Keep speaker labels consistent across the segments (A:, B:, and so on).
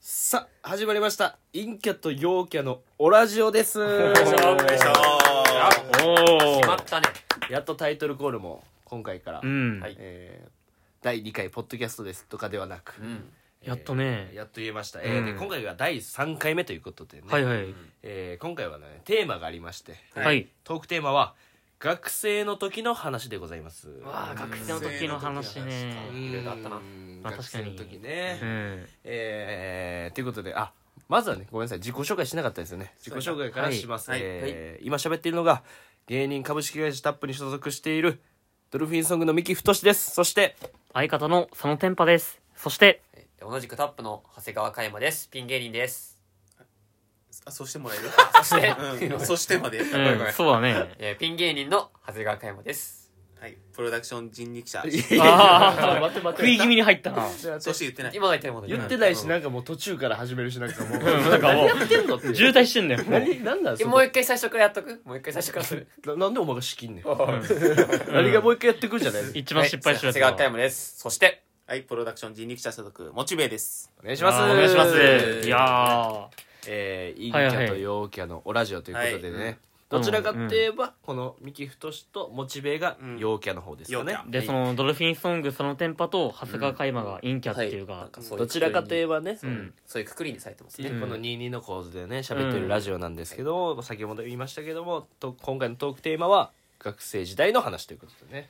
A: さあ始まりました陰キャと陽キャのオラジオです
B: あ
C: お
B: 決まったね
A: やっとタイトルコールも今回から、
C: うん、
B: はい
A: えー第2回ポッドキャストですとかではなく、
B: うん
C: やっとね
A: えーやっと言えました、えーで
C: うん
A: 今回が第3回目ということでね、
C: はいはい
A: えー今回はねテーマがありまして
C: はい
A: トークテーマは学生の時の話でございます
C: わあ学生の時の話ね
A: うん
B: いろいろあったな
A: うん
C: まあ
A: 学
C: 確か
A: 生
C: に
A: の時ね、
C: うん
A: えー、ということであまずはねごめんなさい自己紹介しなかったですよね自己紹介からします、
B: はい
A: えー今喋っているのが芸人株式会社タップに所属しているドルフィンソングの三木太志ですそして
C: 相方の佐野天パですそして
B: え同じくタップの長谷川嘉山ですピン芸人です
D: あそしても らえる
B: そして
D: うんそしてまで、
C: うんそう だね
B: えーピン芸人の長谷川嘉山です
D: はいプロダクション人力車
C: あ
A: 待って
C: あ
A: 待
C: 食い気味に入ったな
D: そして言ってない
B: 今が言ってるもの
A: 言ってないし
B: ね
A: なんかもう途中から始めるし なんかもう
C: なんかもう
A: 何やってんのって
C: 渋滞してんだよもう
A: 何何なんそ
B: もう
A: こ
B: 一回最初からやっとくもう一回最初からする
A: ななんでお前が仕切んねん 何がもう一回やってくんじゃないお
C: 一番失敗してる
B: 長谷
C: やつだ
B: 川嘉山ですそして
D: はいプロダクション人力車所属モチベです
A: 願いします
C: あーお願いしますいや
A: えー、陰キ
C: はいはい
A: ャと陽キャのオラジオということでね、
D: はい
A: どちらかって言えば、この三木太志とモチベが陽キャの方ですかね、
D: う
C: ー
D: ん
C: でそのドルフィンソング佐野天パと長谷川嘉山が陰キャっていう
B: はな
C: か
B: んそうい
A: ど
B: う
A: ちらかといえ
B: く
A: ばね、
C: う
A: っ
B: く
C: ん
B: りにそういうくくりにされてます
A: てい
B: ね
A: うこの22の構図でね喋ってるラジオなんですけど、先ほど言いましたけどもと今回のトークテーマは学生時代の話ということでね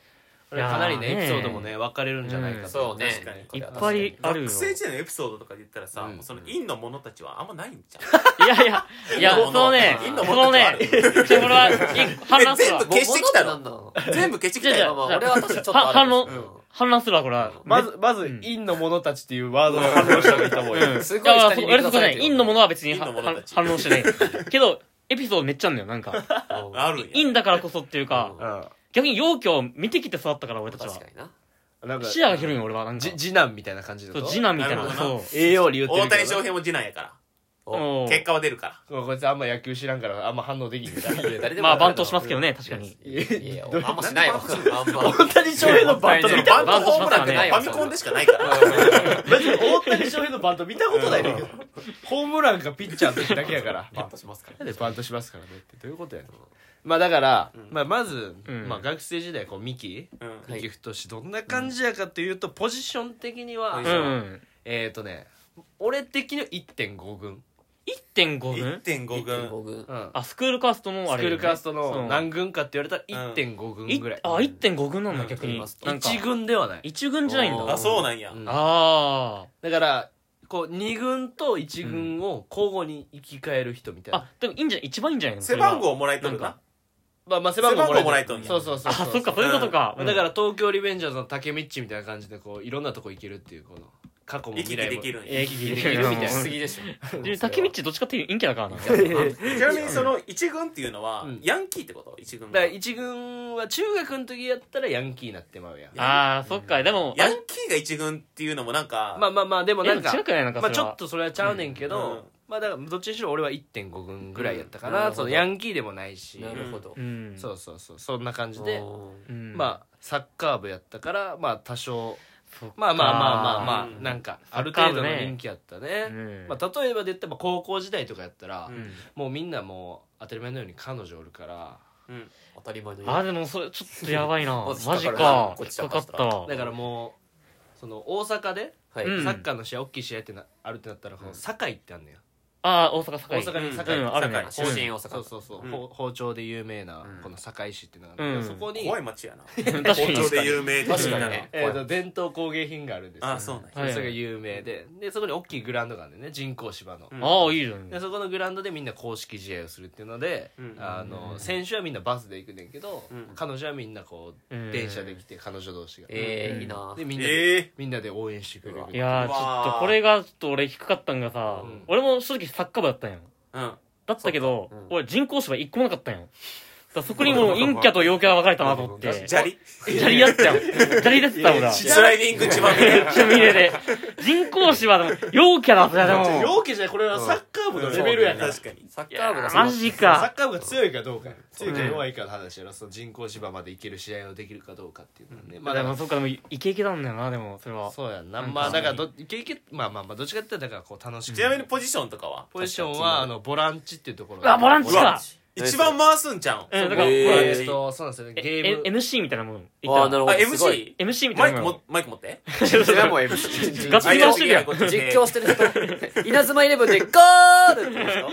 A: これかなりね
C: いやーね
A: エピソードもね分かれるんじゃないかと、
B: そうね
D: 確かに
B: これは
C: っぱいあるよ
D: 学生時代のエピソードとかで言ったらさ、
A: うん
D: もうその院の者たちはあんまないんじゃん
C: いやいやいや
D: 陰の
C: そのね
D: 陰
C: そ
D: の
C: のね
D: 陰
C: ちょこれは一話すわ
D: え全部消してきたの
B: もものってなんだろ
D: 全部消してき
C: い
D: た
C: や
B: まあ
C: いや
D: よ
B: まあ俺は確かにちょっとあるんですけど
C: 話すわこれは
A: まずまず「陰の者たち」っていうワードを反応した方がいいと思うよ、
C: うん
B: すごい
C: だか
B: 下に
C: らそ
B: 見
C: 俺
B: てく
C: そ
B: だ
C: こ
B: さ
C: ね
B: いってこと
C: 陰のものは別に
D: 陰
C: は
D: の者た
C: は
D: ち
C: 反応しないけどエピソードめっちゃあんだよなんか
B: うん
D: あるんや
C: 陰だからこそっていうか
B: う
A: うん
C: 逆に陽キャを見てきて育ったから俺たちは
B: 確かにな
A: なんか
C: 視野が広いよ俺はなんか
A: じ次男みたいな感じだ
C: そ
A: と
C: う次男みたいな
D: なるほど
C: そ
D: な
C: う
A: 栄養理言って
D: 大
A: るけど
D: 谷翔平も次男やか
C: お
D: ら
C: う
D: 結果は出るから
A: そうこいつあんま野球知らんからあんま反応できんみたいな
B: 誰でも
C: まあ
B: やる
C: バントしますけどね確かに
B: いやいやあんましないわあんま
A: 大谷翔平のバント見た
D: バ
C: バン
D: ン
C: ト
D: ト
C: し
D: ホ
C: ますか
D: ームラ
C: ら
D: ンって
C: ね
D: ファミコンでしかないから
A: マジで大谷翔平のバント見たことないんだけどホームランかピッチャーの時だけやから
B: バントしますから
A: なんでバントしますからねってどういうことやねんまあだから、
D: ん
A: まあ、まず、
C: うん
A: まあ、学生時代こうミキ
D: うん
B: はい
A: ミキ太志どんな感じやかというと、ポジション的には、
D: う
C: うんうん
A: えっ、ー、とね俺的には1.5軍、
C: 1.5分
D: 1.5軍
B: 1.5軍
A: うん
C: あスクールカーストも
A: ス
C: あ
A: ク
C: れよ
A: ー
C: ね
A: ルカースト
C: そ
A: の
C: う
A: 何軍かって言われたら1.5軍
C: い
A: ぐらい、
C: あ1.5軍なんだ逆
B: う
C: に
B: ん
C: なんか
A: 1軍ではない
C: 一軍じゃないん
B: お
C: だ
B: ー
D: あそうなんや
A: うん
C: あ
A: だからこう2軍と1軍を交互に生き返る人みたい
C: ー
A: な、
C: あでもいいんじゃない一番いいんじゃないのそ
D: 背
C: れは
D: 番号もらえと
C: な
D: る
C: ん
D: な
A: まあまあ背番号もらえ
D: 背番号もらえとんや
A: そうそうそう
C: あ
A: そう
C: そっかそういうことか
A: だから東京リベンジャーズの竹道みたいな感じでこういろんなとこ行けるっていうこの過去も
D: 行
A: 未
D: き
A: 来
D: 来
A: も
D: できるんや
C: えー
A: できるみたい
B: し
A: な
B: すぎでしょ
C: で竹道どっちかっていうと陰キャだからな
D: ちなみにその一軍っていうのは
A: うん
D: ヤンキーってこと一軍
A: だか
D: が
A: ら
D: ヤン
A: 1軍は中学の時やったらヤンキーになってまうやん
C: ああそっかでもあれ
D: キーが一軍っていうのもなんか
A: まあまあまあでも
C: えで
A: な
C: も
A: んか
C: 違くないなんかそ
A: まあ
C: れ
A: ち
C: は
A: ょっとそれはちゃうねんけど、
D: うんうん
A: まあだからどっちにしろ俺は1.5軍ぐらいやったか
B: うんな
A: な,、
B: るほ
A: そ
B: ど
A: のヤンキーでもないし、
B: なるほど
C: うん
A: そうそうそうそんな感じ
B: で
A: で、
C: うん
A: まあサッカー部やったからまあ多少
C: そっか
A: まあまあまあまあま
D: う
A: あ
D: ん
A: なんか
C: サ
A: あ
C: ッ
A: る
C: カー
A: 程
C: 部ね
A: 度の人気やったね
C: うん
A: まあ、例えばで言っても高校時代とかやったら、
D: うん
A: もうみんなもう当たり前のように彼女おるから
D: うん
B: 当たり前のように
C: あでもそれちょっとやば いな
B: まず
C: マ
B: 引っ
C: ジ
B: か
C: か
B: かるなこ
C: 引
B: っ
C: っ
B: ち
C: か
B: は
C: かったわ
A: だからもうその大阪で
B: はい
C: うん
A: サッカーの試合大きい試合ってなあるってなったらこの堺ってあんのよ
C: ああ大阪
A: 大
C: 堺
A: 阪に
C: う
A: 堺
C: んあるね
B: 出身大阪
A: そうそうそう、
D: うん
A: ほ包丁で有名な
B: うん
A: この堺市っていうのがあるんだけど
C: うん
A: そこに、
D: 怖い町やな
C: うん確か
D: 包
C: に
D: 丁で有名
B: 確かに
D: な
B: ね
A: えー、と伝統工芸品があるんですよ
D: あそうなんや
C: はい
A: それが有名ででそこに大きいグラウンドがあるんだよね人工芝の、
D: うん
C: ああいいじゃん
A: でそこのグラウンドでみんな公式試合をするっていうので、
D: うん
A: あの選手はみんなバスで行くねんけど、
D: うん
A: 彼女はみんなこう、
C: うん
A: 電車で来て彼女同士が、
B: えーいいな
A: でみんなで、
D: ええ
A: みんなで応援してくれるみた
C: い
A: いな
C: やー
D: う
C: ち
D: わー
C: ょっとこれがちょっと俺低かったんがさ
A: うん
C: 俺も正直サッカー部だったんや
D: うん
C: だったけど
B: そうかうん
C: 俺人工芝一個もなかったんやらそこにもう陰キャと陽キャが分かれたなと思って。
D: 砂利
C: 砂利だったよ。砂利だったもんだ。
D: スライディング血まみれ
C: ちょ、見れで。人工芝でも、陽キャだったよ、でも。
A: 陽気じゃないこれはサッカー部のレベルやから、
D: 確かに
B: サッ
C: い
B: カ
C: や
B: ー部が
C: ー
B: その
C: マジ
A: サ
C: か。
A: ッカー部が強いかどうかよ強いか
C: うん
A: 弱いかの話やろその人工芝までいける試合をできるかどうかっていうのはね、ま
C: ま
A: あだ
C: あで
A: か
C: も、そっか、でも、イケイケなんだよな、でも、それ
A: ら
C: は。
A: そうやんな
C: うん
A: まあだからどいけいけまあまあまあどっちかって言ったらだからこう楽しく
D: ちなみにポジションとかは
A: ポジションはあのボランチっていうところ
C: うわ、ボラン
A: チ
C: チか。
D: 一番回すんちゃうん
C: うん、だから、
A: え
B: えー
C: ほら
A: ーえっとそうなんですよねゲ
C: え
A: ーム
C: MC みたいなもん。
B: ああなるほ
D: あ
B: どすごい
D: MC
C: MC みた
D: マ
C: い
D: イ
C: な
D: ク
C: もん
D: も。マイク持って
E: それも MC
C: ガチ
D: あ
C: 見直してるやん。
D: こっち
B: 実
D: で
B: 況してる人稲妻イレブンでゴールって言うんですよ
D: え、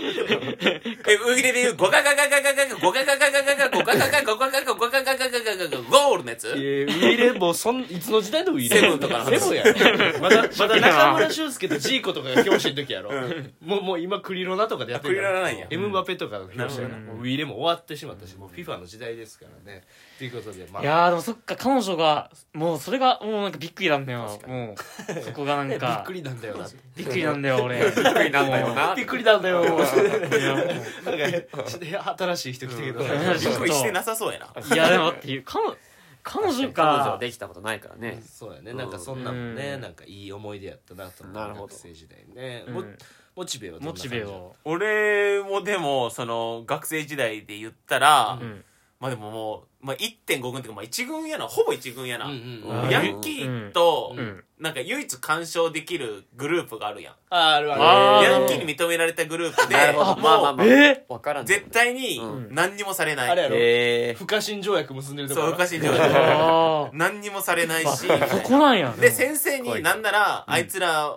D: ウギで言う、ゴカガガガガガガ、ゴカガガガガガガ、ゴカガガゴカガガゴカガガガガガガガ、ゴールのやつ
A: いやウイレもうそんいつの時代でもウイレ
D: セブンとかの
A: セ
D: 話
A: ブンやろまだまだ中村俊輔とジーコとかが教師の時やろ、もうもう今クリロナとかでやってるから
D: あクリロナなんや
A: エムバペとかの教師や
C: な
A: から
C: るほど
A: もうウイレも終わってしまったしもう FIFA の時代ですからねということでまあ
C: いやーでもそっか彼女がもうそれがもうなんかびっくりなんだよもうそこがなん
A: びっ
C: か
A: くりなんだよな
C: びっくりなんだよ俺びっくりなんだよ
A: びっくり なんだよなんか
C: い
A: 新しい人来てけど
C: うん
D: びっくりしてなさそうやな。
C: やでもだっていう彼女彼女
B: 彼女は
C: か
B: できたことないからね
A: そうやねなんかそんなもんねなんかいい思い出やったなと思う
B: なるほど
A: 学生時代ね
C: うん
A: もモチベはどんな
C: モ
A: 感
C: チ
A: じ
C: ベを
D: 俺もでも、その、学生時代で言ったら
C: う、ん
D: まあでももう、まあ1.5軍っていうか、まあ1軍やな、ほぼ1軍やな。
A: うんうん
B: うん
D: ヤンキーと
C: う、ん
D: なんか唯一干渉できるグループがあるやん。
A: あーあるある
C: あー
D: ヤンキーに認められたグループで、
B: なるほどまあまあ
D: も
B: まあ
C: え
B: わから
D: うん絶対に
B: う
D: 何にもされな
A: あれや
D: い。
A: ろ
E: え
A: 不可侵条約結んでるとこ
D: そう、おか
A: し
D: しいんじゃ
C: ー
D: ない
C: あ
D: 何にもされない
C: あ
D: し、みたい な
C: そこなんや
D: で先生になんならあいつら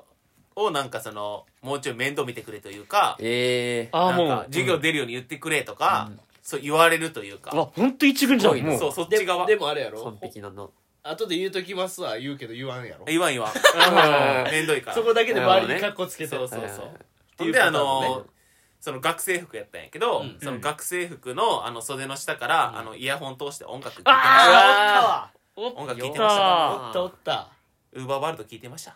D: をなんかそのもうちょい面倒見てくれというか
B: ええ
C: ああ
D: なん
C: も
D: か
C: う
D: 授業出るように言ってくれとかそう言われるという
C: うわ
D: か
C: 本当一軍じゃんもう
D: そうそっ
A: で
D: ち側
A: でもあれやろ
B: 完璧なの
A: 後で言うときますわ言うけど言わんやろ
D: 言わん言わん
C: あ
D: 面倒いから
A: そ
D: そ
A: こだけで周りにカッコつけて
D: うそう
B: はいはい
D: そ
B: はいう
A: ていうんパ
D: ほで
A: ター
D: あ
A: ンね
D: のその学生服やったんやけど
A: うん
D: その学生服のあの袖の下からあのイヤホン通して音楽聴いてま
A: あ
D: し
A: ーお
D: た
A: ったわ
C: おっ
D: 音楽聴いてました
C: た
A: おったおった
D: ウーバーワールド聴いてました
C: あ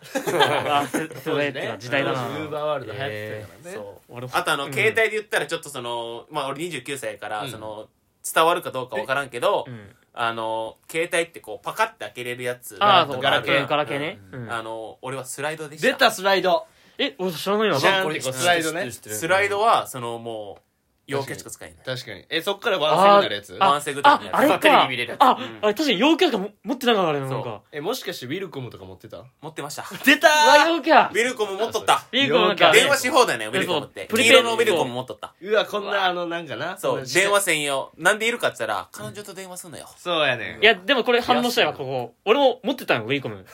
C: 世世代っていうか時代だな
A: 当時ウーバーワールド流行ってたからね
D: そう
C: 俺
D: あとあの、
C: うん
D: 携帯で言ったらちょっとその、まあ俺29歳やから、
A: うん
D: その、伝わるかどうかわからんけど、
C: うん
D: あの、携帯ってこう、パカって開けれるやつ。
C: ああ
D: と
C: そう
D: か
C: ガラケ
D: う
C: ー
D: ん
C: ガラケーねうん
D: あの、俺はスライドでした。
A: 出たスライド
C: え俺知らないわ
A: じゃんってこうスライドね
D: スライドは、そのもう、陽キャしか使えない。
A: 確かにえそっからワンセンになるやつ
D: あ
C: あ
D: 慢性具合
C: あ
D: のやつ
C: あれか
B: テレビ見れるやつ
C: あ
D: うん
C: あれ確かに陽キャしかも持ってなかったあれなん
D: そう
C: か
A: えもしかしてウィルコムとか持ってた
D: 持ってました。
A: 出た
C: うわ陽キャ
D: ウィルコム持っとった。
C: ビーコなんか
D: 電話し放題ね、ウィルコム
C: そ
D: っ
C: う
D: て。
C: プリ
D: 黄
C: ペイド
D: 色のウィルコム持っとった。
A: うわこんなあのなんかな
D: そ
A: こん
D: う、
A: な
D: 電話専用。なんでいるかって言ったら、彼女と電話すんのよ。
A: そうやねん
C: いやでもこれ反応したいわここ俺も持ってたのウィーコム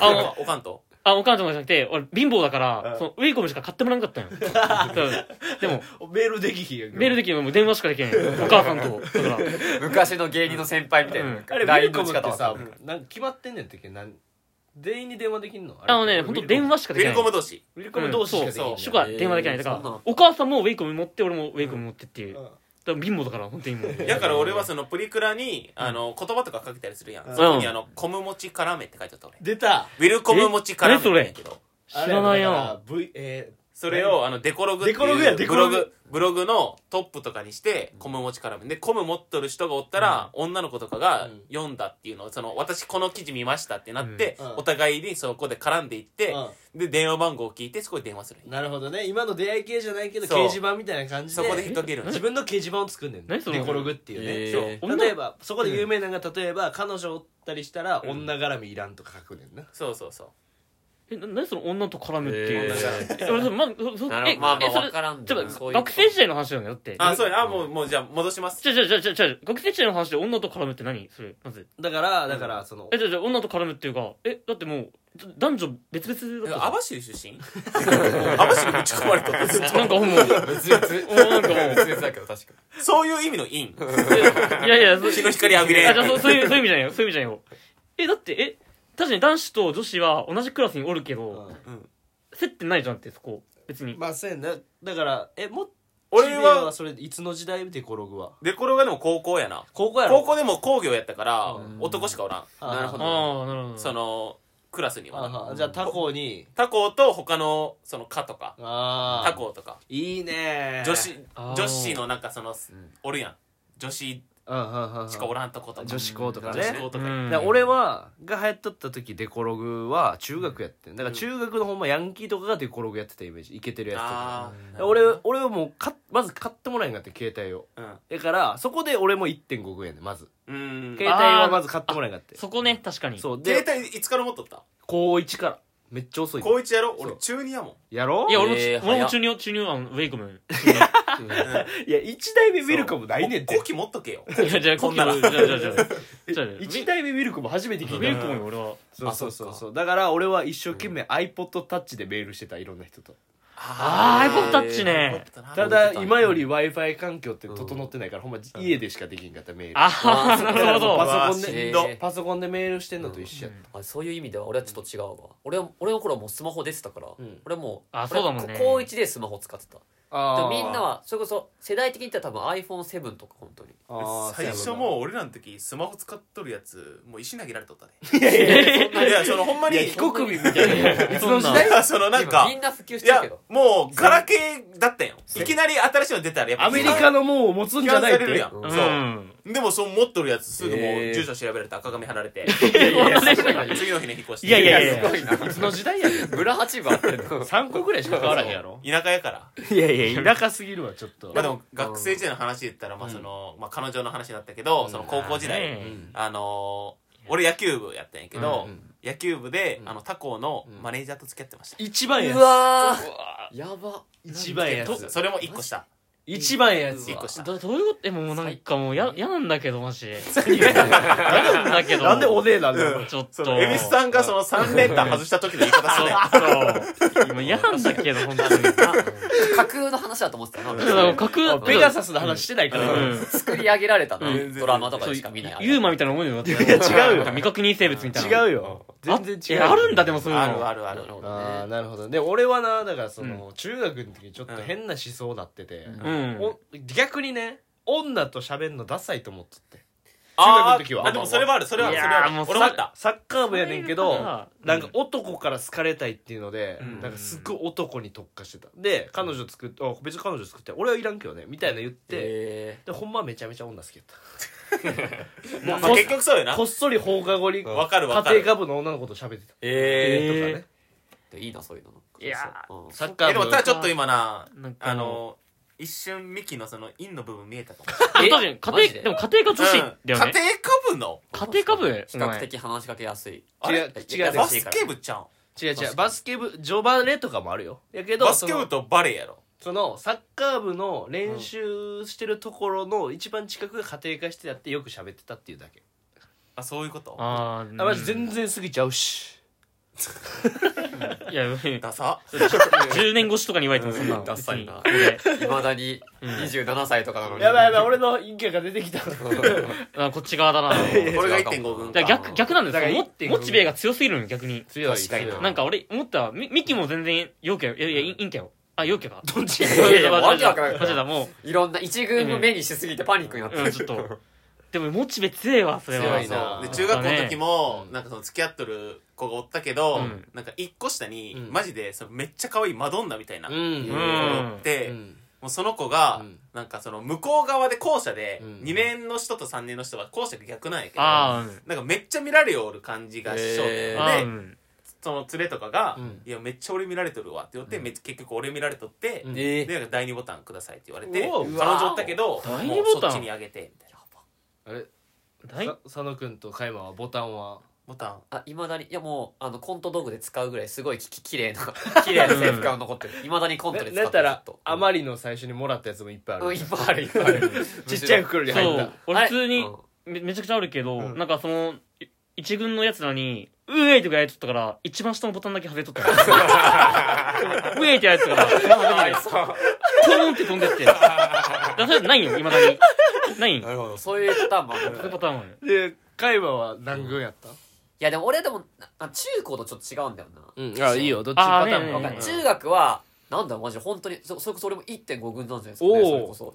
C: あ
D: お
C: の
D: かんおかんと
C: あお母ちゃんじゃなくて俺貧乏だからそのウィーコムしか買ってもらえなかったんよそうでも
A: メールできひんやん
C: メールできるのもう電話しかできないお母さんとだから
B: 昔の芸人の先輩みたいななんか
A: あれウィ
B: LINE
A: ルコ
B: の
A: ム
B: 仕
A: っ
B: 方
A: て
B: は
A: さなんか決まってんねんってけなん全員に電話できんのれ
C: あのね本当電話しか
D: ウ
C: でき
D: ィ
C: ない
D: ルコム同士。
A: ウィルコム同士しかできんねん
D: うん
C: しか電話できないだ
B: えーそんな
C: から
B: の
C: お母さんもウェイコム持って俺もウェイコム持ってっていう
A: う
C: だ
A: ん
C: から貧乏だから本当にもう
D: だから俺はそのプリクラに、あの、言葉とかかけたりするやん。
A: うん
D: そこにあの、コム持ち絡めって書いてあった俺。
A: 出た
D: ウィルコム持ち絡めって書いてあったけど。
C: 知らない
A: あれだ
C: よ
A: から V え
D: それを、あの、デコログって
A: デコログや
D: い
A: デ
D: う
A: コ
D: ブ
A: ロ
D: ロ
A: グ
D: グ、ブログのトップとかにして、コム持ち絡め。で、コム持っとる人がおったら、女の子とかが
A: うん
D: 読んだっていうのを、その、私この記事見ましたってなって
A: うんうん、
D: お互いにそこで絡んでいって、で、電話番号を聞いて、そこで電話するん
A: ー
D: や。
A: なるほどね今の出会い系じゃないけど掲
D: そう
A: 示板みたいな感じで
D: そこで引っ掛けるんや
A: 自分の掲示板を作んねん
C: 何その
A: デコログっていうね、
B: え
A: そう
C: 女
A: 例えばそこで有名なのが例えば彼女おったりしたら女絡みいらんとか書くねんな、
D: そうそうそう。
C: えな何その女と絡むってい
B: え
C: うえ俺それまそそ
B: なるほ
C: え
B: どまあまあ
C: えそれ
B: わからんで
C: ち
B: も
C: ょっ
B: そ
C: と
B: ういう
C: 学生時代の話なんだよだって
D: あ、そうや。あ、もう、もう、じゃあ戻します。
C: じゃじゃじゃじゃじゃ学生時代の話で女と絡むって何それまず
A: だからだからその、
C: えじゃじゃ女と絡むっていうかえだってもうだ男女別々だったじゃん
D: 網走出身 網走ぶち込まれとったずっと
C: なんかもう
B: 別々
C: なんかもう
B: 別々だけど確か
D: そういう意味のイン。
C: いやいやそ
D: 日の光浴びれ
C: あじゃあそうそういうそういう意味じゃないよそういう意味じゃないよえだってえ確かに男子と女子は同じクラスにおるけど、
A: う
C: 接点ないじゃんってそこ別に
A: んまあそうやなだからえも
D: 俺
A: 知名
D: は、
A: それいつの時代デコログは
D: デコロがでも高校やな。
A: 高校やろ
D: 高校でも工業やったから、男しかおらん。
A: あー
B: なるほど
C: ああなるほど
D: その、クラスにはな。
A: あーじゃあ他校に
D: 他校と他の、その、科とか、
A: ああ
D: 他校とか、
A: いいね
D: 女子、
C: あー
D: 女子のなんかその、おるやん。女子
A: うんうん
D: しかおらんとことか
A: 女子校とか
D: 女子
A: ね
D: 校とか
C: うん
A: だから俺はが流行っとった時デコログは中学やってんだから中学のほんまヤンキーとかがデコログやってたイメージイケてるやつとか
D: あ
A: だ
D: ー
A: から俺俺はもうかまず買ってもらえんかって携帯を
D: うん
A: だからそこで俺も1.5円でまず
D: うん
A: 携帯はまず買ってもらえんかって
C: そこね確かに
A: そうで
D: 携帯いつから持っとった
A: 高1からめっちゃ遅い
D: 高一やろ
A: そう
D: 俺中二やもん
A: やろ
C: いや俺も,、
B: えー
C: 俺も
B: 早っ
C: 中二中二あのウェイコムン
A: いや1台目ウィルカムないねんて
D: コキ持っとけよ
C: いや じゃあ
D: こんなら
C: コキもじゃあじゃあじゃあじゃあ
A: 1台目ウィルカム初めて聞
C: ウ
A: いた
C: ェイコムンよ俺は
A: そうそうそ
D: あそっ
A: う
D: か
A: そうだから俺は一生懸命 iPodTouch でメールしてたいろんな人と
C: あ
B: ー
C: iPodTouch ね
A: ただ今より w i f i 環境って整ってないからほんま家でしかできんかったメール
C: あ
B: あ
C: あ
B: ー
C: なるほ
B: そう
C: ど
A: パソコン
B: うわ
A: で
B: ー
A: のパソコンでメールしてんのと一緒やっ
B: あそういう意味では俺はちょっと違うわ俺は俺の頃はもうスマホ出てたから、
A: うん
B: 俺も
C: あ
B: 俺
C: そうだもんね
B: こ高1でスマホ使ってた
A: たあ
B: で
A: ー
B: もみんなはそれこそ世代的に言ったら多分 iPhone7 とか本当に
A: あー
D: 最初
A: そうやろ
D: もう俺らの時スマホ使っとるやつもう石投げられとったね
C: え
D: いやそのほんま
A: い
D: に
A: や非国民みたいないつの時
C: そん
A: 代
D: いやそのなんか
B: みん
D: い
B: な普及してる
D: や
B: けど
D: もうガラケーだったんよいきなり新しいの出たらやっぱ
A: アメリカのもうを持つんじゃないっ
D: 批判される
A: て
D: やん
B: うん
D: そ
C: う
D: うんでもそう持っとるやつすぐもう
B: えー
D: 住所調べられて赤紙貼られて 次の日に引っ越して
C: いやいやい
B: す
C: や
B: ごい ない
A: つの時代やねん
B: 村八番っての
A: 3個ぐらいしか変わらへんやろ
D: 田舎やから
A: いやいや田舎すぎるわちょっと
D: まあでも学生時代の話で言ったらまあそのまあ彼女の話だったけどその高校時代
A: う
C: うんん
D: あのー俺野球部やったんやけど、
A: うんうん
D: 野球部で、
A: うん
D: あの他校の
A: うん
D: マネージャーと付き合ってました、
A: 一番や
B: う
A: つ
B: わーやば
A: 一番や
D: と
A: つ
D: それも1個した
A: 一番やつ
D: 一個した
C: どどういうことえもうなんかもうや嫌なんだけどマジ嫌なんだけど
A: なんでおねえなんだよ
D: うん
C: ちょっ
D: そ
C: と
D: の蛭子さんがその3連単外した時の言い方するね
C: そう今嫌なんだけど本当に
B: 架空の話だと思ってたな俺
C: そう架空
A: あペガサスの話してないから
C: う
A: 今
C: ん
B: 作り上げられたな
D: うん
B: ドラマとか
C: そう
B: でしか見ない
C: ユーマみたいな思いになって
A: いや違うよ
C: 未確認生物みたいな
A: 違
C: う
A: うよ全然違う
C: あるんだでもそういうの
D: あるあ
B: な
D: るある
B: るほどね
A: あーなるほどで俺はなだからその、中学の時ちょっと変な思想なってて、
C: うん
A: お逆にね女と喋んのダサいと思っとって
D: あ
A: 中学
D: ー
A: の時は
D: あでもそれはあるそれはある
C: い
D: そ
C: や
D: れ
C: ー
D: はあ
C: も
D: る
C: う
D: 俺もあった
A: サッカー部やねんけど
C: それは
A: なんか男から好かれたいっていうので、
D: うん
A: なんかすっごい男に特化してたで彼女作ってあ別に彼女作って俺はいらんけどねみたいな言って、
B: え
A: でほんまはめちゃめちゃ女好きやった
D: まあ
A: こ
D: 結局そうよな
A: こっそり放課後に家
D: わ
A: 庭
D: かるわかる
A: 科部の女の子と喋ってた、
D: え
C: えー
A: とかね
B: ーいいなそういうの
C: いや
B: うん
A: サッ
D: ー
A: カー
D: えで
A: 部
D: もただちょっと今な
C: なんか
D: あの一瞬ミキのその陰の部分見えたかも
C: 確
A: え
C: かに家
B: マジ
C: 庭
B: で
C: でも家庭科女子だ
D: 家
C: よ
D: 庭
C: ね
D: 科部の
C: 家庭科部
B: 比較的話しかけやすい
D: あ
A: 違
D: れ
A: う
B: い
A: 違う
B: や
A: で
B: 優
D: バ
B: しい
D: ス
B: から
D: ケ部ちゃん
A: 違う違
B: 確か
A: う
B: に
A: バスケ部ジョバレとかもあるよやけど
D: バスケ部とバレーやろ
A: そのサッカー部の練習してるところの一番近くが家庭科してやってよく喋ってたっていうだけ、
D: あそういうこと
C: あー
A: あマジ全然過ぎちゃうし
C: いや10
D: ダサ
C: 年越しとかに言われてもそんな
D: ダサいな
B: 未だに27歳とかなのに
A: やばいやばい俺の陰キャが出てきた
C: あこっち側だなだか
D: 俺が1.5軍
C: ら
D: か
C: 逆逆なんです
A: だから
C: よ
A: 1.5
C: モモチベが強すぎるの逆に
A: 強い
D: 確かに
A: 強い
C: なんか俺思ったわミミキも全然陽キャよいやいや陰陰キャよあ陽キャか
A: どっち
C: いや いや
B: もう
C: 間違え
B: わけわから
C: た
B: ん
C: 間違えたも
B: いろんな一軍の目にしすぎてパニックになって
C: う、うん、ちょっ とでもモチベ強いわそれは
A: 強いな
D: そうで中学校の時もなんかその付き合っとる子がおったけど、
C: うん
D: なんか一個下に、
A: うん
D: マジでそのめっちゃ可愛いマドンナみたいな
A: う
D: 子が
A: ん
D: おって、
A: うん
D: もうその子が、
A: うん
D: なんかその向こう側で校舎で、
A: うん
D: 2年の人と3年の人が校舎が逆なんやけど
C: あ
D: なんかめっちゃ見られよる感じがしそう
C: ー
D: で
B: へ
C: あーう
D: で
C: ん
D: その連れとかが、
A: うん
D: いやめっちゃ俺見られとるわ」って言って、
A: うん
D: めっちゃ結局俺見られとって、
A: うん
B: え
D: でなんか第2ボタンくださいって言われて
A: うわ
D: 彼女おったけど
C: 第二
D: もう
C: ボタン
D: そっちにあげてみたいな
A: あれ
C: 大
A: さ佐野君と加山はボタンは
D: ボタン
B: あいまだにいやもうあのコント道具で使うぐらいすごいきき 綺麗な綺麗な制服が残ってるいまだにコントで使って
A: な
B: る
A: ったら
B: ずっと
A: あまりの最初にもらったやつもいっぱいあ
B: うん
A: る
B: いっぱいあるいっぱいある
A: ちっちゃい袋に入っ
C: そ
A: た
C: う俺普通に
B: うん
C: めめちゃくちゃあるけど、
D: うん
C: なんかそのい一軍のやつらに「うえい!」とかやれとったから一番下のボタンだけ外れ とったからうえいってやれとったからそのまま出ないですポーンって飛んでってだからそれないよいまだにないよ
B: なるほどそういうパターンもある
C: そういうパターンはある
A: で加山は何軍やった
B: いやでも俺でもあ中高とちょっと違うんだよな、
A: うんあいいよどっち
C: あ
A: パ
C: ー
A: ターンも
C: ね
A: わかんない
C: えねえね
B: 中
C: え
B: 学はなんだマジ本当にそそれこそ俺も1.5軍なんじゃないですか、
A: おー
B: ね、それこそ
D: お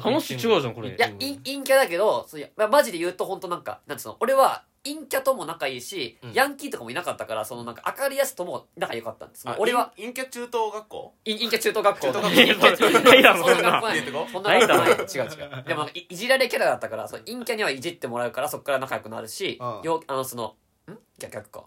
B: 1.5
C: 話
D: 中
C: 違うじゃんこれ
B: いや陰陰キャだけどそういや、まあ、マジで言うと本当なんかなんつうの俺は陰キャとも仲いいし、
A: うん
B: ヤンキーとかもいなかったからそのなんか明るいやつとも仲良かったんですもう俺は
D: 陰陰キャ中等学校
B: 陰陰キャ中等学校
D: 中等学
C: いや
D: 校
C: いやもう
B: そん
C: そん
B: な学
C: な
B: 校ない
D: 出てこ
B: そんな学校ない違う違うでもいいじられキャラだったからそう陰キャにはいじってもらうからそこから仲良くなるし
A: ああ
B: 陽あのそのん逆逆か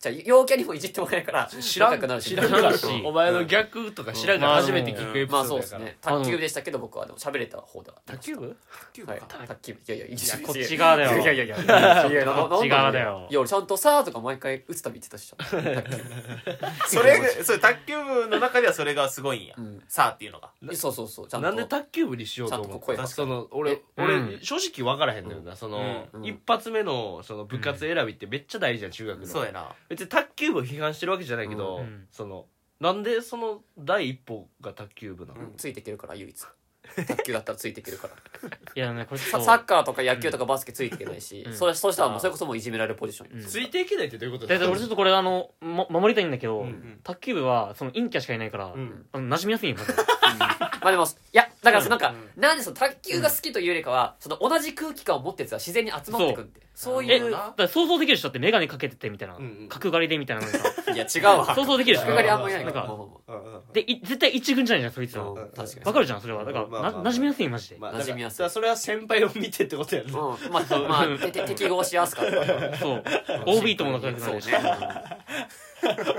B: じゃあ陽キャにもいじってもらえるから
A: 知ら
B: 仲良
A: ん
B: くなるし
A: 知らんから
C: し
A: お前の逆とか知らんから初めて聞くエピ
B: ま
A: ソ
B: あ
A: ー
B: そう
A: ド
B: で
A: だ
B: す
A: から、
B: ね卓球でしたけど僕はでも喋れた方では
A: 卓球部
D: 卓球
B: はい
D: か
B: 卓球いやいやいいです
C: こっち側だよ
B: いやいやいやいや いやな
C: こっち側だよ
B: いや俺ちゃんとさーとか毎回打つたび言ってたし
D: それそれ卓球部の中ではそれがすごいんや
B: うん
D: さあっていうのが
B: そうそうそうちゃんと
A: なんで卓球部にしようと思
B: ちゃんと声
A: っ
B: が
A: たその俺
C: うん
A: 俺正直分からへんのよなその
B: うん
A: 一発目のその部活選びってめっちゃ大事じゃん中学
D: そう
A: の
D: やな
A: 別に卓球部を批判してるわけじゃないけど
C: うん
A: そのなんでその第一歩が卓球部なの
D: うん
B: ついていけるから唯一卓球だったらついていける から
C: いやねこれちょ
B: サ
C: っと
B: サッカーとか野球とかバスケついていけないし、
C: うん
B: それそうしたらもうそれこそもういじめられるポジションよ、
C: うん
A: ついていけないってどういうこと
C: だいたい俺ちょっとこれあの、も守りたいんだけど、
A: うん
C: 卓球部はその陰キャしかいないから、
A: うん
C: あの馴染みやすいよまず
B: まあでもいやだからそのなんか、
D: う
B: なんでその卓球が好きというよりかは、その同じ空気感を持ってるやつは自然に集まってくんでそう
D: う
C: え
B: いうい
C: だから想像できる人って眼鏡かけててみたいな、
A: うんうん
C: 角刈りでみたいななんか
B: や違うわ
C: 想像できるでしょ
B: 角刈りあんまりないか
C: な
B: ら
C: ん
B: まあ
C: か
B: まあ
A: う
B: ま
A: んうんうん
C: でい絶対一軍じゃないじゃんそいつら
B: あ
C: わ
B: うん確か
C: かるじゃんそれはだから、
A: まあまあまあ
C: な馴染みやすいマジで、
A: まあ
B: 馴染みやすい
A: だからだからそれは先輩を見てってことやね
B: にうんまあまあてて適合しやすかったから
C: そう
B: うん
C: OB とも仲良くなるし、
B: そうね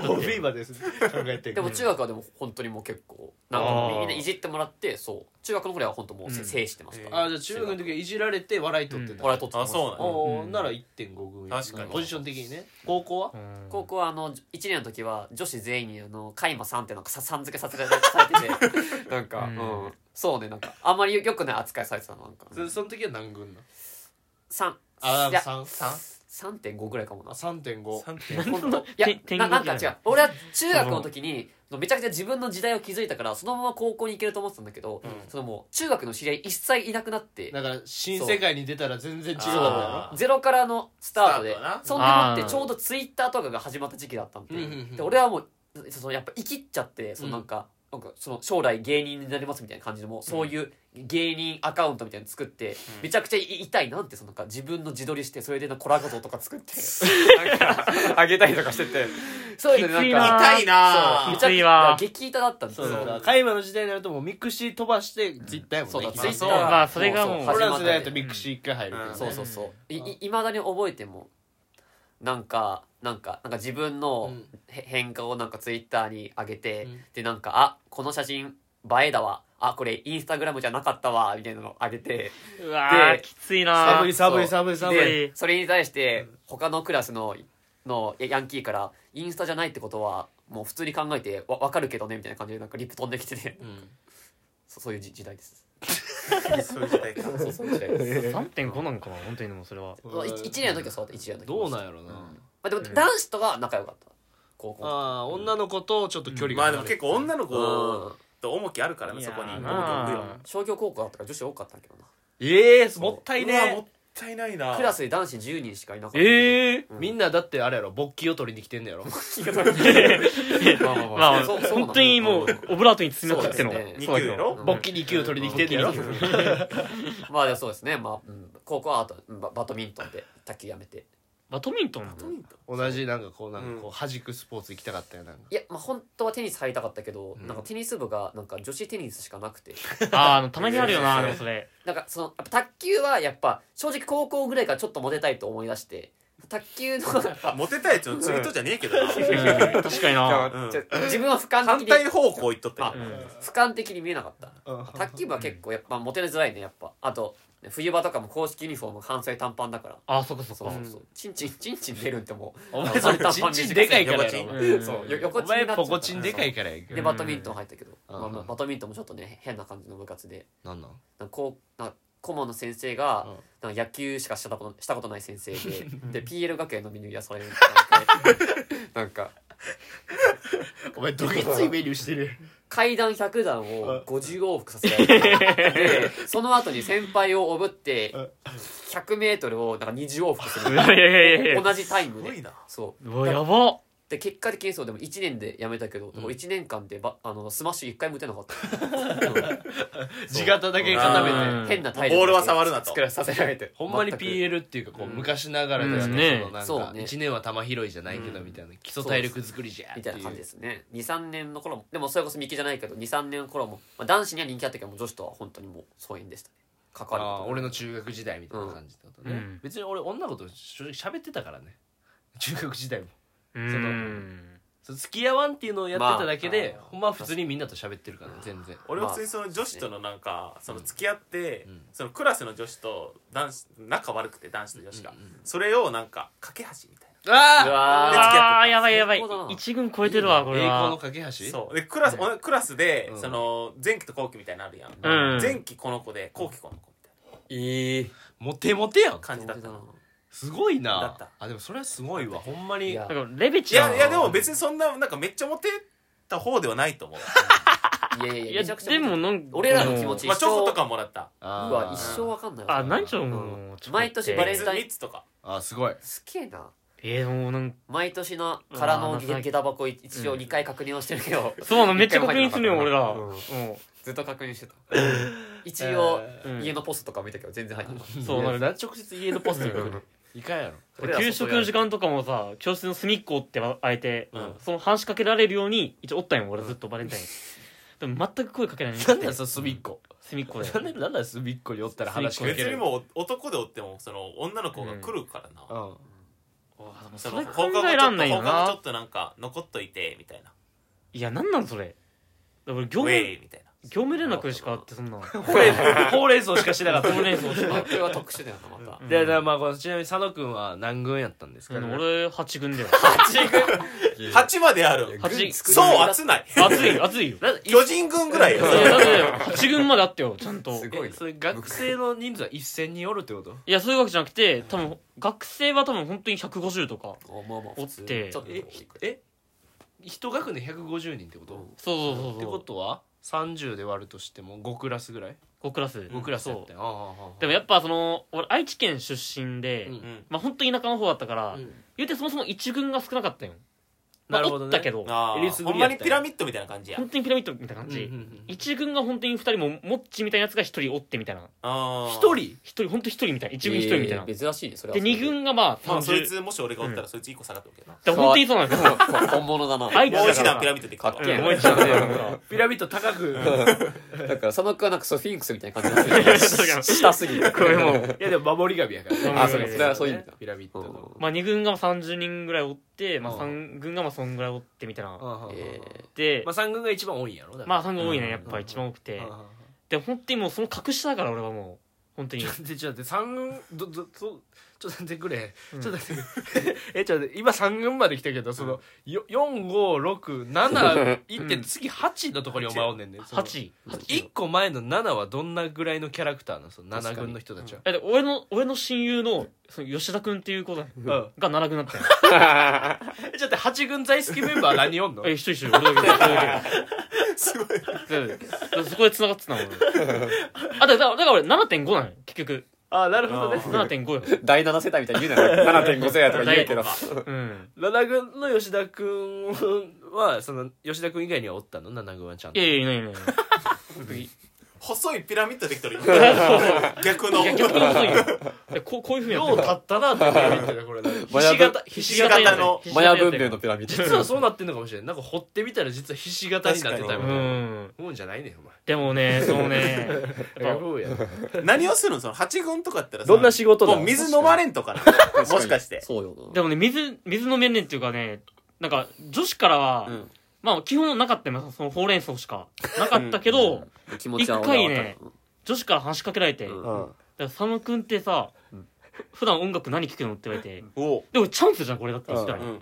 A: OB まで考えて
B: でも中学はでも本当にもう結構なんかもうみんないじってもらってそう中学の頃は本当もうせ
C: うん
B: 制してました
D: え
B: か
D: ー
B: ら
A: あじゃあ中学の時はいじられて笑い取ってた、
B: 俺は取ってま
D: あ
B: し
D: そうな
B: た
D: の
A: おー
C: うん
A: なら1.5軍
D: 確か
B: に
A: ポジション的にね高校は
C: うん
B: 高校はあの1年の時は女子全員にあのカイマさんってなんかささん付けさせられててなんか、
C: うん
B: うんそうねなんかあんまりよくない扱いされてたのなんか
A: そその時は何軍なの
B: 三
A: あ
B: いや
A: 三三
B: 3.5ぐらいかもな
A: あ3.5
D: 3.5
B: 本当い
C: て天
B: やな
C: 狗
B: なんか違
C: じゃな
B: う俺は中学の時にめちゃくちゃ自分の時代を築いたからそのまま高校に行けると思ってたんだけど、
D: うん
B: そのもう中学の知り合い一切いなくなって
A: だから新世界に出たら全然違うだ
D: あ
A: ろ
B: ゼロからのスタートで
D: スタート
B: そ
D: な
B: んでもってちょうどツイッターとかが始まった時期だったんで,、
A: うんうんうん
B: で俺はもうそのやっぱ生きっちゃってその
A: うん
B: なんか、なんかその将来芸人になりますみたいな感じでもうそういう芸人アカウントみたいなの作って、
D: ん
B: めちゃくちゃ痛いなんてそのなんか自分の自撮りしてそれでなんかコラ画像とか作ってあげたりとかしててそういうので
C: きつい
B: なんか
C: な
B: そうめちゃ
C: き
D: 痛いな
B: く
C: つい
B: ちゃ
C: わ
B: 激痛だったんです
A: そうだから
B: よ
A: 海馬の時代になるともうミクシー飛ばしてツイッターやもんね
B: そうだ
A: 今
D: ツイッター
C: まあそれがもう
B: そうそう
A: 俺らの世
B: 始ま
A: 代だ
B: った
A: と
B: んで
A: ミクシー一回入るけど、ね
D: うん
B: そうそうそうういいいまだに覚えてもなんかなんかなんか自分の
A: うん
B: へ変化をなんかツイッターに上げて、
A: うん
B: でなんかあこの写真映えだわあこれインスタグラムじゃなかったわみたいなの上げて
C: うわー
B: で
C: きつい
A: サ
C: な
A: ブリ
C: ー
A: サブリサブリサブリ
B: でそれに対して他のクラスののやヤンキーからインスタじゃないってことはもう普通に考えてわ分かるけどねみたいな感じでなんかリプ飛んできてて
A: うん
B: そそういう時時代です
D: そういう時代か
B: そうそういう時代です
C: 3.5なんかな本当にでもそれは
A: うん
B: 1年の時はそうだった1年の時
A: どうなんやろな、
B: うんまあ、でも男子とは仲良かった高
A: あ
B: 校
A: あ女の子とちょっと距離
D: ま
A: が
D: あでも結構女の
B: う
D: 子
B: ん
D: と重きあるからね
C: い
D: そ
C: や
D: こに
C: ー
D: 重き
C: なあ
D: 置くよね
B: 商業高校だったから女子多かったけどな
A: ええー、もったいう
D: わも
A: ね
D: ったいないな
B: クラスで男子10人しかいなかった
A: ええ
B: うん
A: みんなだってあれやろ勃起を取りに来てんのやろ
B: まあまあまあ
C: まあ
B: そうそうなの
C: 本当にもうオブラートに包みまくっての
B: そうですね
C: そうだけど
D: 肉だろ
C: うん
A: 勃起に球を取りに来てんのやろ
B: うんまあでもそうですねまあ、うん高校はあとうんババドミントンで卓球やめて
C: バドミントン
D: トミントン
A: 同じなんかこうなんかこう弾くスポーツ行きたかったよなんか
B: いやまあ本当はテニス入りたかったけど、
A: うん
B: なんかテニス部がなんか女子テニスしかなくて
C: あーあのたまにあるよな
D: えー
C: でもそれ
B: なんかそのやっぱ卓球はやっぱ正直高校ぐらいからちょっとモテたいと思い出して卓球のなんか
D: モテたいやつの釣りとじゃねえけどな
C: うん確かにな
D: うん
B: ちょ自分は俯瞰
D: 反
B: 的に
D: 対方向行っとったよ
C: う
B: あ
C: ん
B: 俯瞰的に見えなかった
A: う
B: 卓球部は結構やっぱモテづらいねやっぱあとね冬場とかも公式ユニフォーム関西短パンだから
C: あーそっかそっ
B: そう
C: か
B: そうそうチンチンチンチン出るんってもう
A: お前それ
B: 短パン
A: ちんちんでかいからや
D: 横
A: ろ
C: うん
B: そうよ
A: お
B: 横チン
A: 前
B: になっち
A: ポ
B: ゃう
A: コチンでかいからやけ
B: で
A: ど
B: バドミントン入ったけど、
A: うん
B: まあまあバドミントンもちょっとね変な感じの部活で
A: なんなん
B: なんかこうなんか顧問の先生が
A: うん
B: なんか野球しかしたことしたことない先 生でで PL 学園のみに癒されるみたいななんか
A: お前どぎついメニューしてる
B: 階段100段を50往復させら れてでその後に先輩をおぶって
A: うん
B: 1 0 0ルをなんか20往復す
C: い
B: る
C: やいやいやいや
B: 同じタイム
D: すごい
B: で
D: な
B: そう
C: うわやば
B: で結果的にそうでも1年で辞めたけど、でも1年間でばあのスマッシュ1回も打てな かった
A: 地形だけ固めて、
C: うん
B: 変な体力
D: ボールは触るなと
B: 作らさせられ て
A: ほんまに
B: 全く
A: PL っていうかこう昔ながらです
C: うん
A: ね
C: ね
A: そのなん
B: そ
A: か
B: うね
A: 1年は玉拾いじゃないけどみたいな基礎体力作りじゃ
B: み
A: って
B: た
A: い
B: いうな感じですね23年の頃もでもそれこそミキじゃないけど23年の頃も、まあ、男子には人気あったけども女子とは本当にもう疎遠でしたね関わる
A: あー
B: こと
A: 俺の中学時代みたいな感じってことね、
C: うん
A: 別に俺女の子と正直喋ってたからね 中学時代も
C: うん
A: そのその付き合わんっていうのをやってただけで、
B: まあ
A: ほんまは普通にみんなと喋ってるからね全然
D: 俺は普通にその女子とのなんかその付き合って、
A: うん
D: そのクラスの女子と男子仲悪くて男子と女子が、
A: うん
D: それをなんか架け橋みたい
B: う
A: ああ
B: わー
C: ああやばいやばい
B: 最高だな
C: 一軍超えてるわこ
A: 栄
C: れ
A: 光の
C: は
A: 架け橋
D: なそうでクラス、おクラスで、
A: うん
D: その前期と後期みたいなのあるやん、
C: うん
D: 前期この子で後期この子みたい
B: ええ
A: モテモテやん
D: な感じだったの
A: すごいな
D: だった
A: あでもそれはすごいわほんまに
B: いや
C: だからレベ
D: い
C: チだ
D: や
C: ない
D: やでも別にそんななんかめっちゃモテた方ではないと思う
B: いやいや
C: い
B: い
C: や
B: やめちゃくちゃ
C: でもなんか
B: 俺らの気持ち
D: まあチョコとかもらった
B: う
A: あー
B: わ一生わかんないわ
C: あ何ちょ
B: う
C: も
B: ん
C: うちょっと
B: 毎年バレンタイン
D: 3つとか
A: あーすごい
B: すげえな
C: えー、もうなんか
B: 毎年の空の下下駄箱一応
C: うん
B: 2回確認をしてるけ ど、
C: そうなのめっちゃ確認するよ俺ら、
B: うん
C: う
B: ずっと確認 してた一応、
C: ん
B: 家のポストとか見たけど全然入ってなかった
C: そうなる
A: な直接家のポストに来るいかんやろ
B: 俺ら
C: 給食の時間とかもさ教室の隅っこってあえて、その話しかけられるように一応おったんよ俺ずっとバレンタイン、でも全く声かけない
A: なんだよその隅っこ
C: 隅っこで
A: なんだよなんだよ隅っこにおったら話しかけ
D: 別
A: る
D: にもう男でおってもその女の子が来るからな、
A: うん
D: そ
C: それ
D: の
C: 考
D: 放課後
C: え
D: ち
C: ら
D: ょ
C: ん
D: っ
C: な
D: と
C: いよ
D: 放課後ち
C: な
D: ょっとなんか残っといてみたいない
C: やなんなんそれだから業
D: ウ
C: 務
D: ェイみたいな
C: 業務連絡しかあってそんな
A: ほうれんほうれん草しかしてなかった
C: ほうれん草しか
B: これは特殊だよなまた
C: うん
A: でだからまあこのちなみに佐野くんは何軍やったんですか
C: うん
A: ね
C: 俺8軍だよ
D: 8まである
C: 八
D: そう熱ない
C: 熱いよ熱いよ
D: 巨人軍ぐらいよ
C: いやだって8軍まであったよちゃんと
B: すごい
A: えそれ学生の人数は1000人おるってこと
C: いやそういうわけじゃなくて多分学生は多分本当に150とか
B: おまあまあ普通
C: おって
B: ちょっと
A: えひえ一学年150人ってこと、っ
C: そうそうそう
A: て
C: そ
A: こ
C: う
A: とは30で割るとしても5クラスぐらい
C: 5クラス
A: 5クラスや
C: そ
A: った
C: う
A: よああああああ
C: でもやっぱその俺愛知県出身で、
A: うん
D: うん
C: まあ本当田舎の方だったから、
A: うん
C: 言うてそもそも一軍が少なかったよ、ま
A: な
C: あ、
A: るほど
C: お
A: ね
C: ったけど
D: あ
A: えりす
D: ー
A: ぐ
D: ほ
A: り
D: ん
A: や
D: ま
A: ったよ
D: にピラミッドみたいな感じや
C: 本当にピラミッドみたいな感じ、
A: うんうんうん
C: 一軍が本当に二人ももっちみたいなやつが一人おってみたいな
D: あー
A: 一人
C: 一人本当一人みたいな一軍一人みたいな、
B: えー珍しいねそれは
C: で二軍がまあ30、
D: まあそいつもし俺がおったらそいつ1個下がっておけな
C: だから本当にそうなんです よ
B: 本物だな
C: 愛知
D: もう
C: だ
D: 一
C: か
D: 段
C: ら
D: ピラミッドできたわ
B: かっけえ
C: うんもう一段ね
A: ピラミッド高く
B: だから佐野君はなんかそうフィンクスみたいな感じなんですよ下すぎる
C: これもう
A: いやでも守り神やからね
C: あそうかそれは
B: そういう意味だ
A: ピラミッドの
C: まあ2軍が30人ぐらいおって、まあ、
A: うん
C: 3軍がまあそんぐらいおってみたいな、
A: ああ
B: え
C: で
A: まあ3軍が一番多いんやろだから
C: まあ3軍多いね、
B: うん
C: やっぱ一番多くて、
A: ああ
C: で本当にもうその格下だから俺はもう本当 に
A: ちょっと待ってちょっと待って三軍どどどちょっと待ってくれ、
C: うん
A: ちょっと待って えちょっと待って今三軍まで来たけどそのよ四五六七いって
C: うん
A: 次八のところにお前おんねんねその
C: 8位
A: 一個前の七はどんなぐらいのキャラクターなのその七軍の人たちは、
C: えで俺の俺の親友のその吉田君っていう子だよ
A: うんうん
C: が7軍だったよ
A: えちょっと八軍在籍メンバー何人おんの
C: え一緒一緒俺だけ俺 だけすごいそこで繋がってたの俺あだからだから俺7.5なのよ結局
A: あなるほどね
C: 7.5よ
B: ー第7世代みたいに言うなら7.5世代とか言うけ ど
C: うん
A: 七軍の吉田君はその吉田君以外にはおったの七軍はちゃん
C: い
A: と
C: やいやいないい ないいない
D: 細いピラミッドできとる逆の
C: 逆に遅いよえこうこういうふうにや
A: よ
C: っ
A: う
C: て
A: 立
C: る
A: ったなってピラミッドだこれなんかひ
B: マヤ
A: し
B: ブ
A: 形ひし
D: ひし
A: 形
D: 形の
C: ひし
B: マ
C: 形
B: ヤ
C: やったよ
B: 文明のピラミッド
A: 実はそうなってんのかもしれないなんか掘ってみたら実はひし形になってたみたいうなんもんじゃないねんお前
C: でもねそのねやっぱ
A: うや
D: 何をするのその8軍とかってらさ
A: どんな仕事なの
D: もう水飲まれんとかなもしかして
B: そうよ
C: でもね水水の面々っていうかねなんか女子からは、
D: うん
C: まあ基本なかったよそのほうれん草しかなかったけど、
B: な気持ちは俺は分かる
C: 女子から話しかけられて、
B: うん
C: だから佐野君ってさ、普段音楽何聴くのって言われて、
D: おう
C: でもチャンスじゃんこれだって言ったら、
D: うん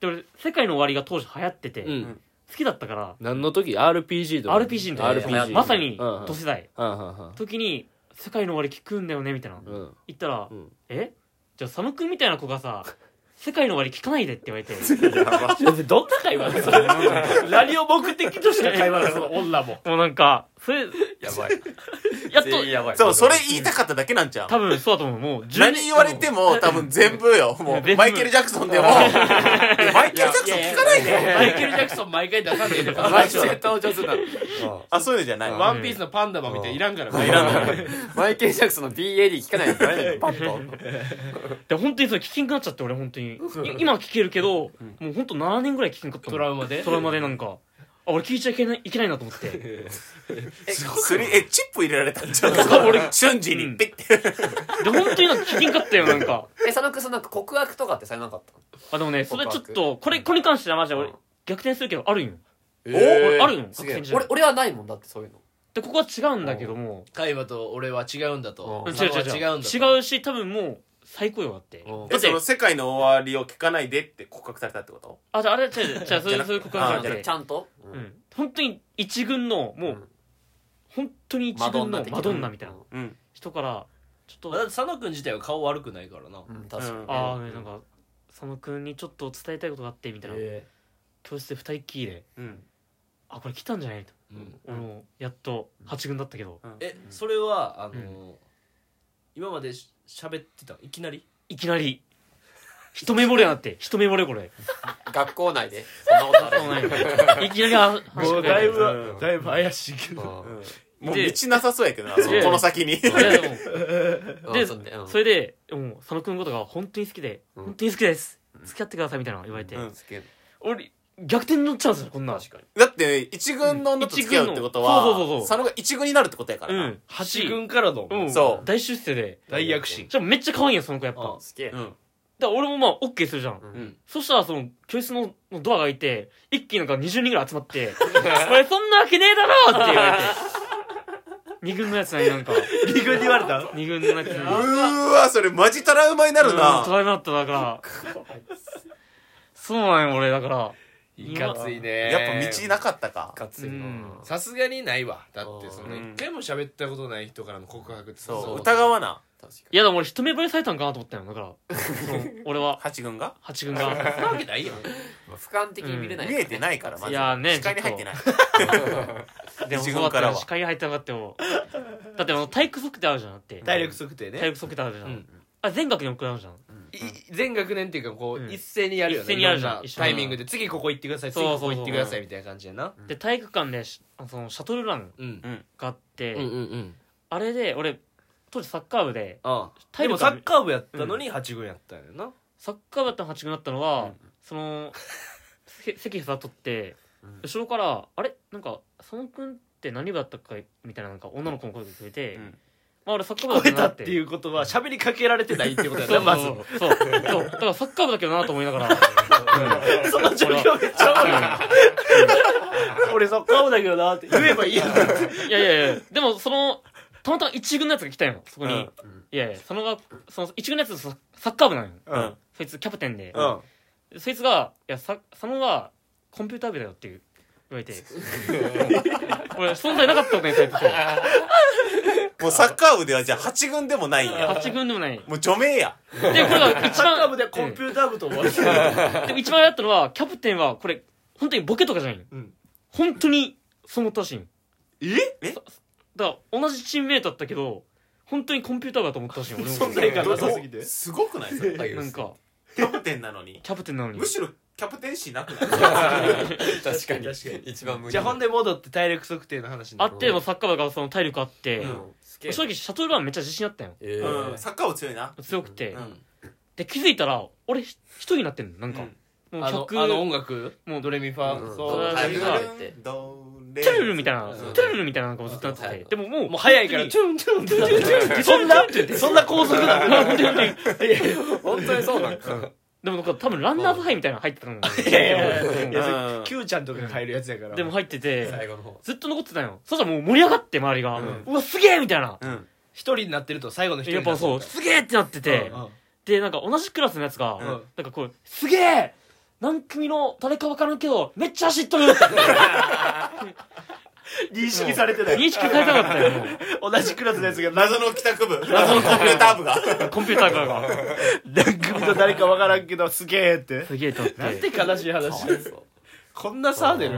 C: で俺「世界の終わり」が当時流行ってて、
A: うん
C: 好きだったから
A: 何の時 RPG とか
C: RPG の時、
B: RPG 流行って
C: まさに
A: うんうん
C: 同世代、
A: はんはんはん
C: 時に「世界の終わり聴くんだよね」みたいな、
A: うん
C: 言ったら「
A: うん
C: えじゃあ佐野君みたいな子がさ世界の終わり聴かないで」って言われて
A: どんな会話だそれ何を目的とした会話だその女も
C: もうなんかそれ
B: やばい。
C: やっと
B: 全員やばい。
D: そう、それ言いたかっただけなんちゃ
C: 多
D: う
C: 分そうだと思うもう10
D: 何言われても多分全部よ。もう、マイケル・ジャクソンでも。マイケル・ジャクソン聞かないで。
A: マイケル・ジャクソン毎回出さねえのか
B: マイケル絶対お上手だ。
D: あ、そういうのじゃない。
A: ワンピースのパンダマンみたいにいらんから
D: いらんから。
B: マイケル・ジャクソンの BAD 聞かないとダメだよ、パッ と。
C: で本当にそれ聞けんくなっちゃって俺本当にい今は聞けるけど、もう本当7年ぐらい聞けんかったもん
A: トラウマで
C: トラウマでなんかあ俺聞いちゃいけないいけないなと思って
D: すり、え、チップ入れられたんちゃう俺、瞬時に、ピッて。
C: で本当になんか聞けんかったよなんか
B: え、佐野くん、そのなんか告白とかってされなかった
C: あでもねそれちょっとこれこれに関してはマジで俺逆転するけどあるんよ、
B: お
C: 俺あるんよ
B: すげえ
C: 確信じゃな
B: 俺
C: い
B: 俺はないもんだってそういうの
C: でここは違うんだけども
A: 海馬と俺は違うんだと
C: 違う
A: 佐野は
C: 違う違
A: 違うん
C: う
A: だと
C: 違うし多分もう最高よだって
A: うん
D: え、その世界の終わりを聞かないでって告白されたってこと
C: あじゃああれ違う違う違うそういうそういう告白じゃな
D: あ
C: く
D: ー
C: て
B: ちゃんと、
C: うん本当に一軍のもう、
B: うん
C: 本当に一軍の
B: 的な
C: マドンナみたいな
D: うん。
C: 人からちょっと、
A: まあだって佐野くん自体は顔悪くないからな
B: うんうん確かに、
D: うん
C: ああねなんか佐野くんにちょっと伝えたいことがあってみたいな、
A: え
C: 教室で二人っきりで
D: うん。
C: あこれ来たんじゃないと
A: えうん
C: 俺もやっと8軍だったけど
A: えそれはあのー今までし喋ってたいきなり
C: いきなり一目惚れになって一目惚れこれ
B: 学校内でそんなことある
C: いきなりあ
A: もうだいぶ
D: うん
A: だいぶ怪しいけど
B: うん
D: もう道なさそうやけどな、そのこの先に。
C: いやでも
B: うん
C: で
B: そんでうん
C: それでもう佐野くんのことが本当に好きで、
B: うん
C: 本当に好きです付き合ってくださいみたいなの言われて、
D: うん
B: すげえ
C: 俺逆転のチャンスだこんな
B: 確かに
D: だって、一軍の女と付き合うってこと
C: うん一軍のそうそうそうそう
D: は、佐野が一軍になるってことやから
C: う
D: な。
C: ん八
A: 自分からの
C: うん
D: そう
C: 大出世で
A: 大躍進
C: じゃあめっちゃ可愛いよその子やっぱだ
A: あ
C: か
B: すげえ、
D: うん。
C: ら俺もまあオッケーするじゃん
A: うん
C: そしたらその教室ののドアが開いて一気になんか20人ぐらい集まって 「お前そんなわけねえだろ!」って言わ れて二軍のやつなになんか
A: 陸に言われた
C: 二軍のやつ
D: う
C: に
D: ーわ、それマジトラウマになる
C: うん
D: な。
C: トライだっただからそうなんよ俺だから
A: いかついね
D: やっぱ道なかったか。
B: かついな、
C: うん
A: さすがにないわだってその
D: うん
A: 一回も喋ったことない人からの告白って
D: そ、
A: そうう
D: 疑わな。
B: 確か
C: いやでも俺一目惚れされたんかなと思ったよだからその俺は
D: 八軍が
C: 八軍が
A: なわけないやん
B: に俯瞰的に見れない、
D: 見えてないから、ま
C: い
D: ず。
C: やーね
D: 視界に入ってない。
C: でも
D: 一
C: そうだ
D: 軍
C: っ
D: か
C: た
D: ら
C: ら
D: は
C: 視。界に入ってなかったよだってあの体育測定あるじゃんだって
A: 体力測定
C: 体
A: ね
C: 育測定あるじゃん、
A: うん
C: あ全学に送られるじゃん
A: い全学年っていうかこ
C: う
A: うん一斉にやるよね
C: 一斉にやるじゃん
A: いろな
C: 一緒に
A: タイミングで次ここ行ってください
C: そ
A: 次
C: うそ
A: こ
C: うそ
A: こ
C: う
A: 行ってくださいみたいな感じやな
C: で体育館でしあそのシャトルラン
A: うん
C: があって、
A: うんうんうん
C: あれで俺当時サッカー部で
A: ああ
C: 体
A: でも
C: 力
A: サ
C: は
A: ッカー部やったのに八軍やったんやな
C: サッカー部だったの8軍だったのは、
B: うん
C: そのせ席座っとって、
B: うん
C: 後ろから「あれなんか佐野君って何部だったか?」みたいななんか女の子の声が聞こえて、
D: うん
C: まあ俺サッカー部だ
A: 超え
C: った
A: た
C: なっ
A: ってていうことは喋りかけられてないってことや
C: そう
A: な
C: そ
A: ま
C: う
A: ず
C: そうそうそうだからサッカー部だけどなと思いながら
A: その状況めっちゃおもろいな俺サッカー部だけどなって言えばいいやん
C: いやいやいやでもそのたまたま1軍のやつが来たよそこに、
D: うん
C: いやいや佐野がその1軍のやつササッカー部なのよ、
D: うん
C: そいつキャプテンで、
A: うん
C: そいつが「いやさ佐野はコンピューター部だよ」っていう言 われて俺存在なかったことにされてて
D: もうサッカー部ではじゃあ八軍でもないんや。
C: 8軍でもないで
D: もう除名や。
C: これが一
A: サッカー
C: 番
A: 部でコンピューター部と思われてる
C: うんでも一番やったのはキャプテンはこれ本当にボケとかじゃないよ、
A: うん
C: 本当にそう思ったらしいよ
D: え
C: だから同じチームメイトだったけど本当にコンピューター部だと思ったらしいよ俺
A: 存在
C: も
A: 感なさすぎて
D: すごくないそれ
B: に
C: なんか
D: キャプテンなのに。
C: キャプテンなのに
D: むしろキャプテンシーなくない
B: 確かに
A: 確かに
B: 一番無理
A: じゃあほんで戻って体力測定の話に
C: あ
A: なる
C: ってもサッカー部がその体力あって、
B: うんすげえ
C: 正直シャトルランめっちゃ自信あったよ
B: え
D: う
B: ー
D: ん、サッカー部強いな。
C: 強くて、
D: うん
C: で気づいたら俺ひ一人になってんのなんか、もう
A: あの
C: 100
A: あの音楽
C: もう
A: ドレミファ、
B: うん
A: そう
C: うん
A: タイ
B: う
A: ミン
B: ん
A: グが
D: ドレ
C: トゥルルみたいな、
B: うん
C: トゥルルみたいなのがずっとなってて、でももう、
A: もう早いから
C: 本
A: チュンチュンチュンチュンチュンそんなそんな高速だ
C: 当に
B: 本当にそうなんか
C: でもなんか多分ランナーズハイみたいなの入ってたのも
A: いやいやい
D: うん
A: やキューちゃんとかが入るやつやから
C: でも入ってて、
B: 最後の方
C: ずっと残ってたよ。そしたらもう盛り上がって、周りが。
D: うん
C: うわ、すげえみたいな。
D: うん。
A: 一人になってると最後の一人
C: やっぱそう、すげえってなってて、で、なんか同じクラスのやつが、なんかこう、すげえ何組の誰か分からんけど、めっちゃ走っとるって。
A: 認識されてない
C: 認識されたかったよ、も
A: 同じクラスのやつが何
D: 謎の帰宅部。謎のコンピューター部が。
C: うコンピューターからが。
A: 何組と誰か分 からんけどすげえって
C: すげえと思って。
A: なんて悲しい話
B: かわいそう
A: こんな差出る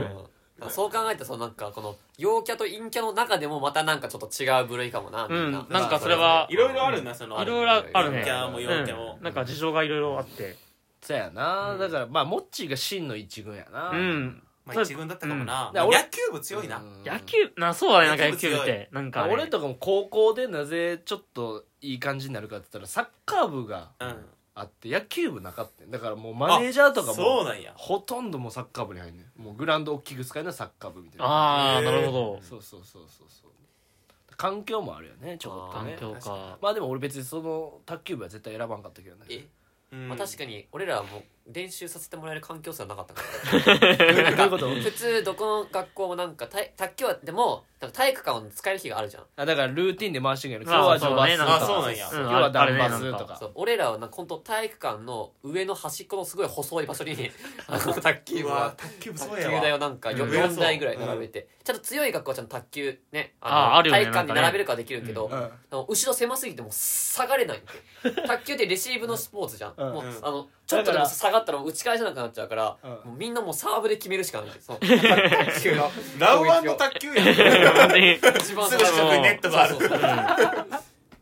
B: うんそう考えたらそのなんかこの陽キャと陰キャの中でもまたなんかちょっと違う部類かもなみんな、
C: うんなんかそれはい
D: ろいろあるなその
C: いろいろあるね
D: 陰キャも
C: う
D: 陽キャも
C: ん、なんか事情がいろいろあって
A: そうやな、だからまあモッチーが真の一軍やな、
C: うん
D: まあ一軍だったかもな
A: うん
D: まあ
A: 俺
D: 野球部強いな
A: うん
C: 野球なそうだねなんか野
D: 野
C: 球
D: 球部
C: っ
D: 強い
C: てなんか、ね、
A: 俺とかも高校でなぜちょっといい感じになるかって言ったらサッカー部が
D: うん
A: あって野球部なかったんだからもうマネージャーとか
D: そう
A: も
D: なんや
A: ほとんどもうサッカー部に入んねんもうグラウンド大きく使えるのはサッカー部みたいな
C: ああ
D: へー
C: なるほど
A: そうそうそうそうそう環境もあるよねちょこっと
B: う
C: 環
A: ね
C: 境か
A: まあでも俺別にその卓球部は絶対選ばんかったけどね
B: え、
D: うん
B: まあ、確かに俺らはもう練習させてもらえる環境すらなかったから
A: どういうこと
B: 普通どこの学校もなんか体卓球はでもなんか体育館を使える日があるじゃん
A: あだからルーティンで回してんやけど
C: あ
A: 今日はジョバスと
C: そ
A: か
C: うだね
D: あそうなんや
C: うん
A: 今日はダンバ
C: ある
A: ス
C: ね
A: とか
B: そう俺らはなんか本当体育館の上の端っこのすごい細い場所にあの卓球
D: う
B: 部
D: わ
B: は
D: 卓球部
B: 卓
D: そう
B: 球
D: や
B: 台を
D: わ
B: なんか
C: う
B: 4
C: ん
B: 四台ぐらい並べてちゃんと強い学校はちゃんと卓球ね
C: あーあ
B: の
C: るよ
B: 体
C: ね
B: 育館に
C: なんかね
B: 並べるからできるけど
A: うんうん
B: あの後ろ狭すぎてもう下がれないって卓球ってレシーブのスポーツじゃん
A: うん
B: もう
D: うん
B: あのちょっとでも下がったらもう打ち返せなくなっちゃうから
A: うん
B: もうみんなもうサーブで決めるしかないそう卓球の
D: ラウンド卓球やん
C: 本当 に
B: 一番
D: す
B: 最
D: ぐ
B: 初
D: 近くにネットがある
B: そうそうそうだか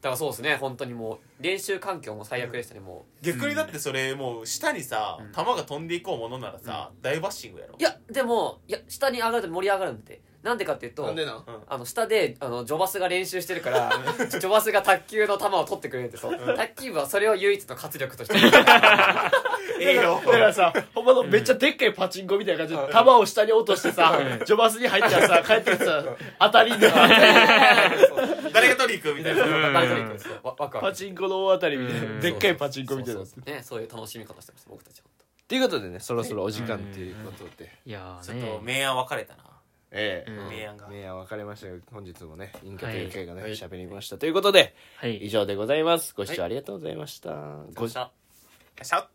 B: らそうですね本当にもう練習環境も最悪でしたねも
D: 逆にだってそれもう下にさ
B: うん
D: 球が飛んでいこうものならさ大バッシングやろ
B: ういやでもいや下に上がると盛り上がるんでなんでかっていうと
A: なんでなん
B: あの下であのジョバスが練習してるから ジョバスが卓球の球を取ってくれるってそう卓球部はそれを唯一の活力 として
D: ええよ
A: だからさ、ほんまのめっちゃでっかいパチンコみたいな感じで、球を下に落としてさ、ジョバスに入ったらさ、帰ってきてさ、当たりにな
D: 誰が取りに行くみたいな
C: うん
B: 誰と行くんですよわわくわ
A: パ
B: く
A: チンコの大当たりみたい
C: うん
A: な。でっかいパチンコみたいな。っ
B: そうそうねそういう楽しみ方してます僕たちは
A: ていうことでね、そろそろお時間っていうことで。
C: いや
D: ち
C: ー
D: ょっと
C: ね
D: 明暗分かれたな
A: え
C: う
A: え。
C: ん
D: 明暗が
A: 明暗分かれましたが、本日もね、陰キャ
C: は
A: と
C: い
A: いう会がね、
B: はい
A: 喋りました。ということで、
C: は
A: 以
C: い
A: 上でございます。ご視聴ありがとうございました。ご
B: した
D: シャッ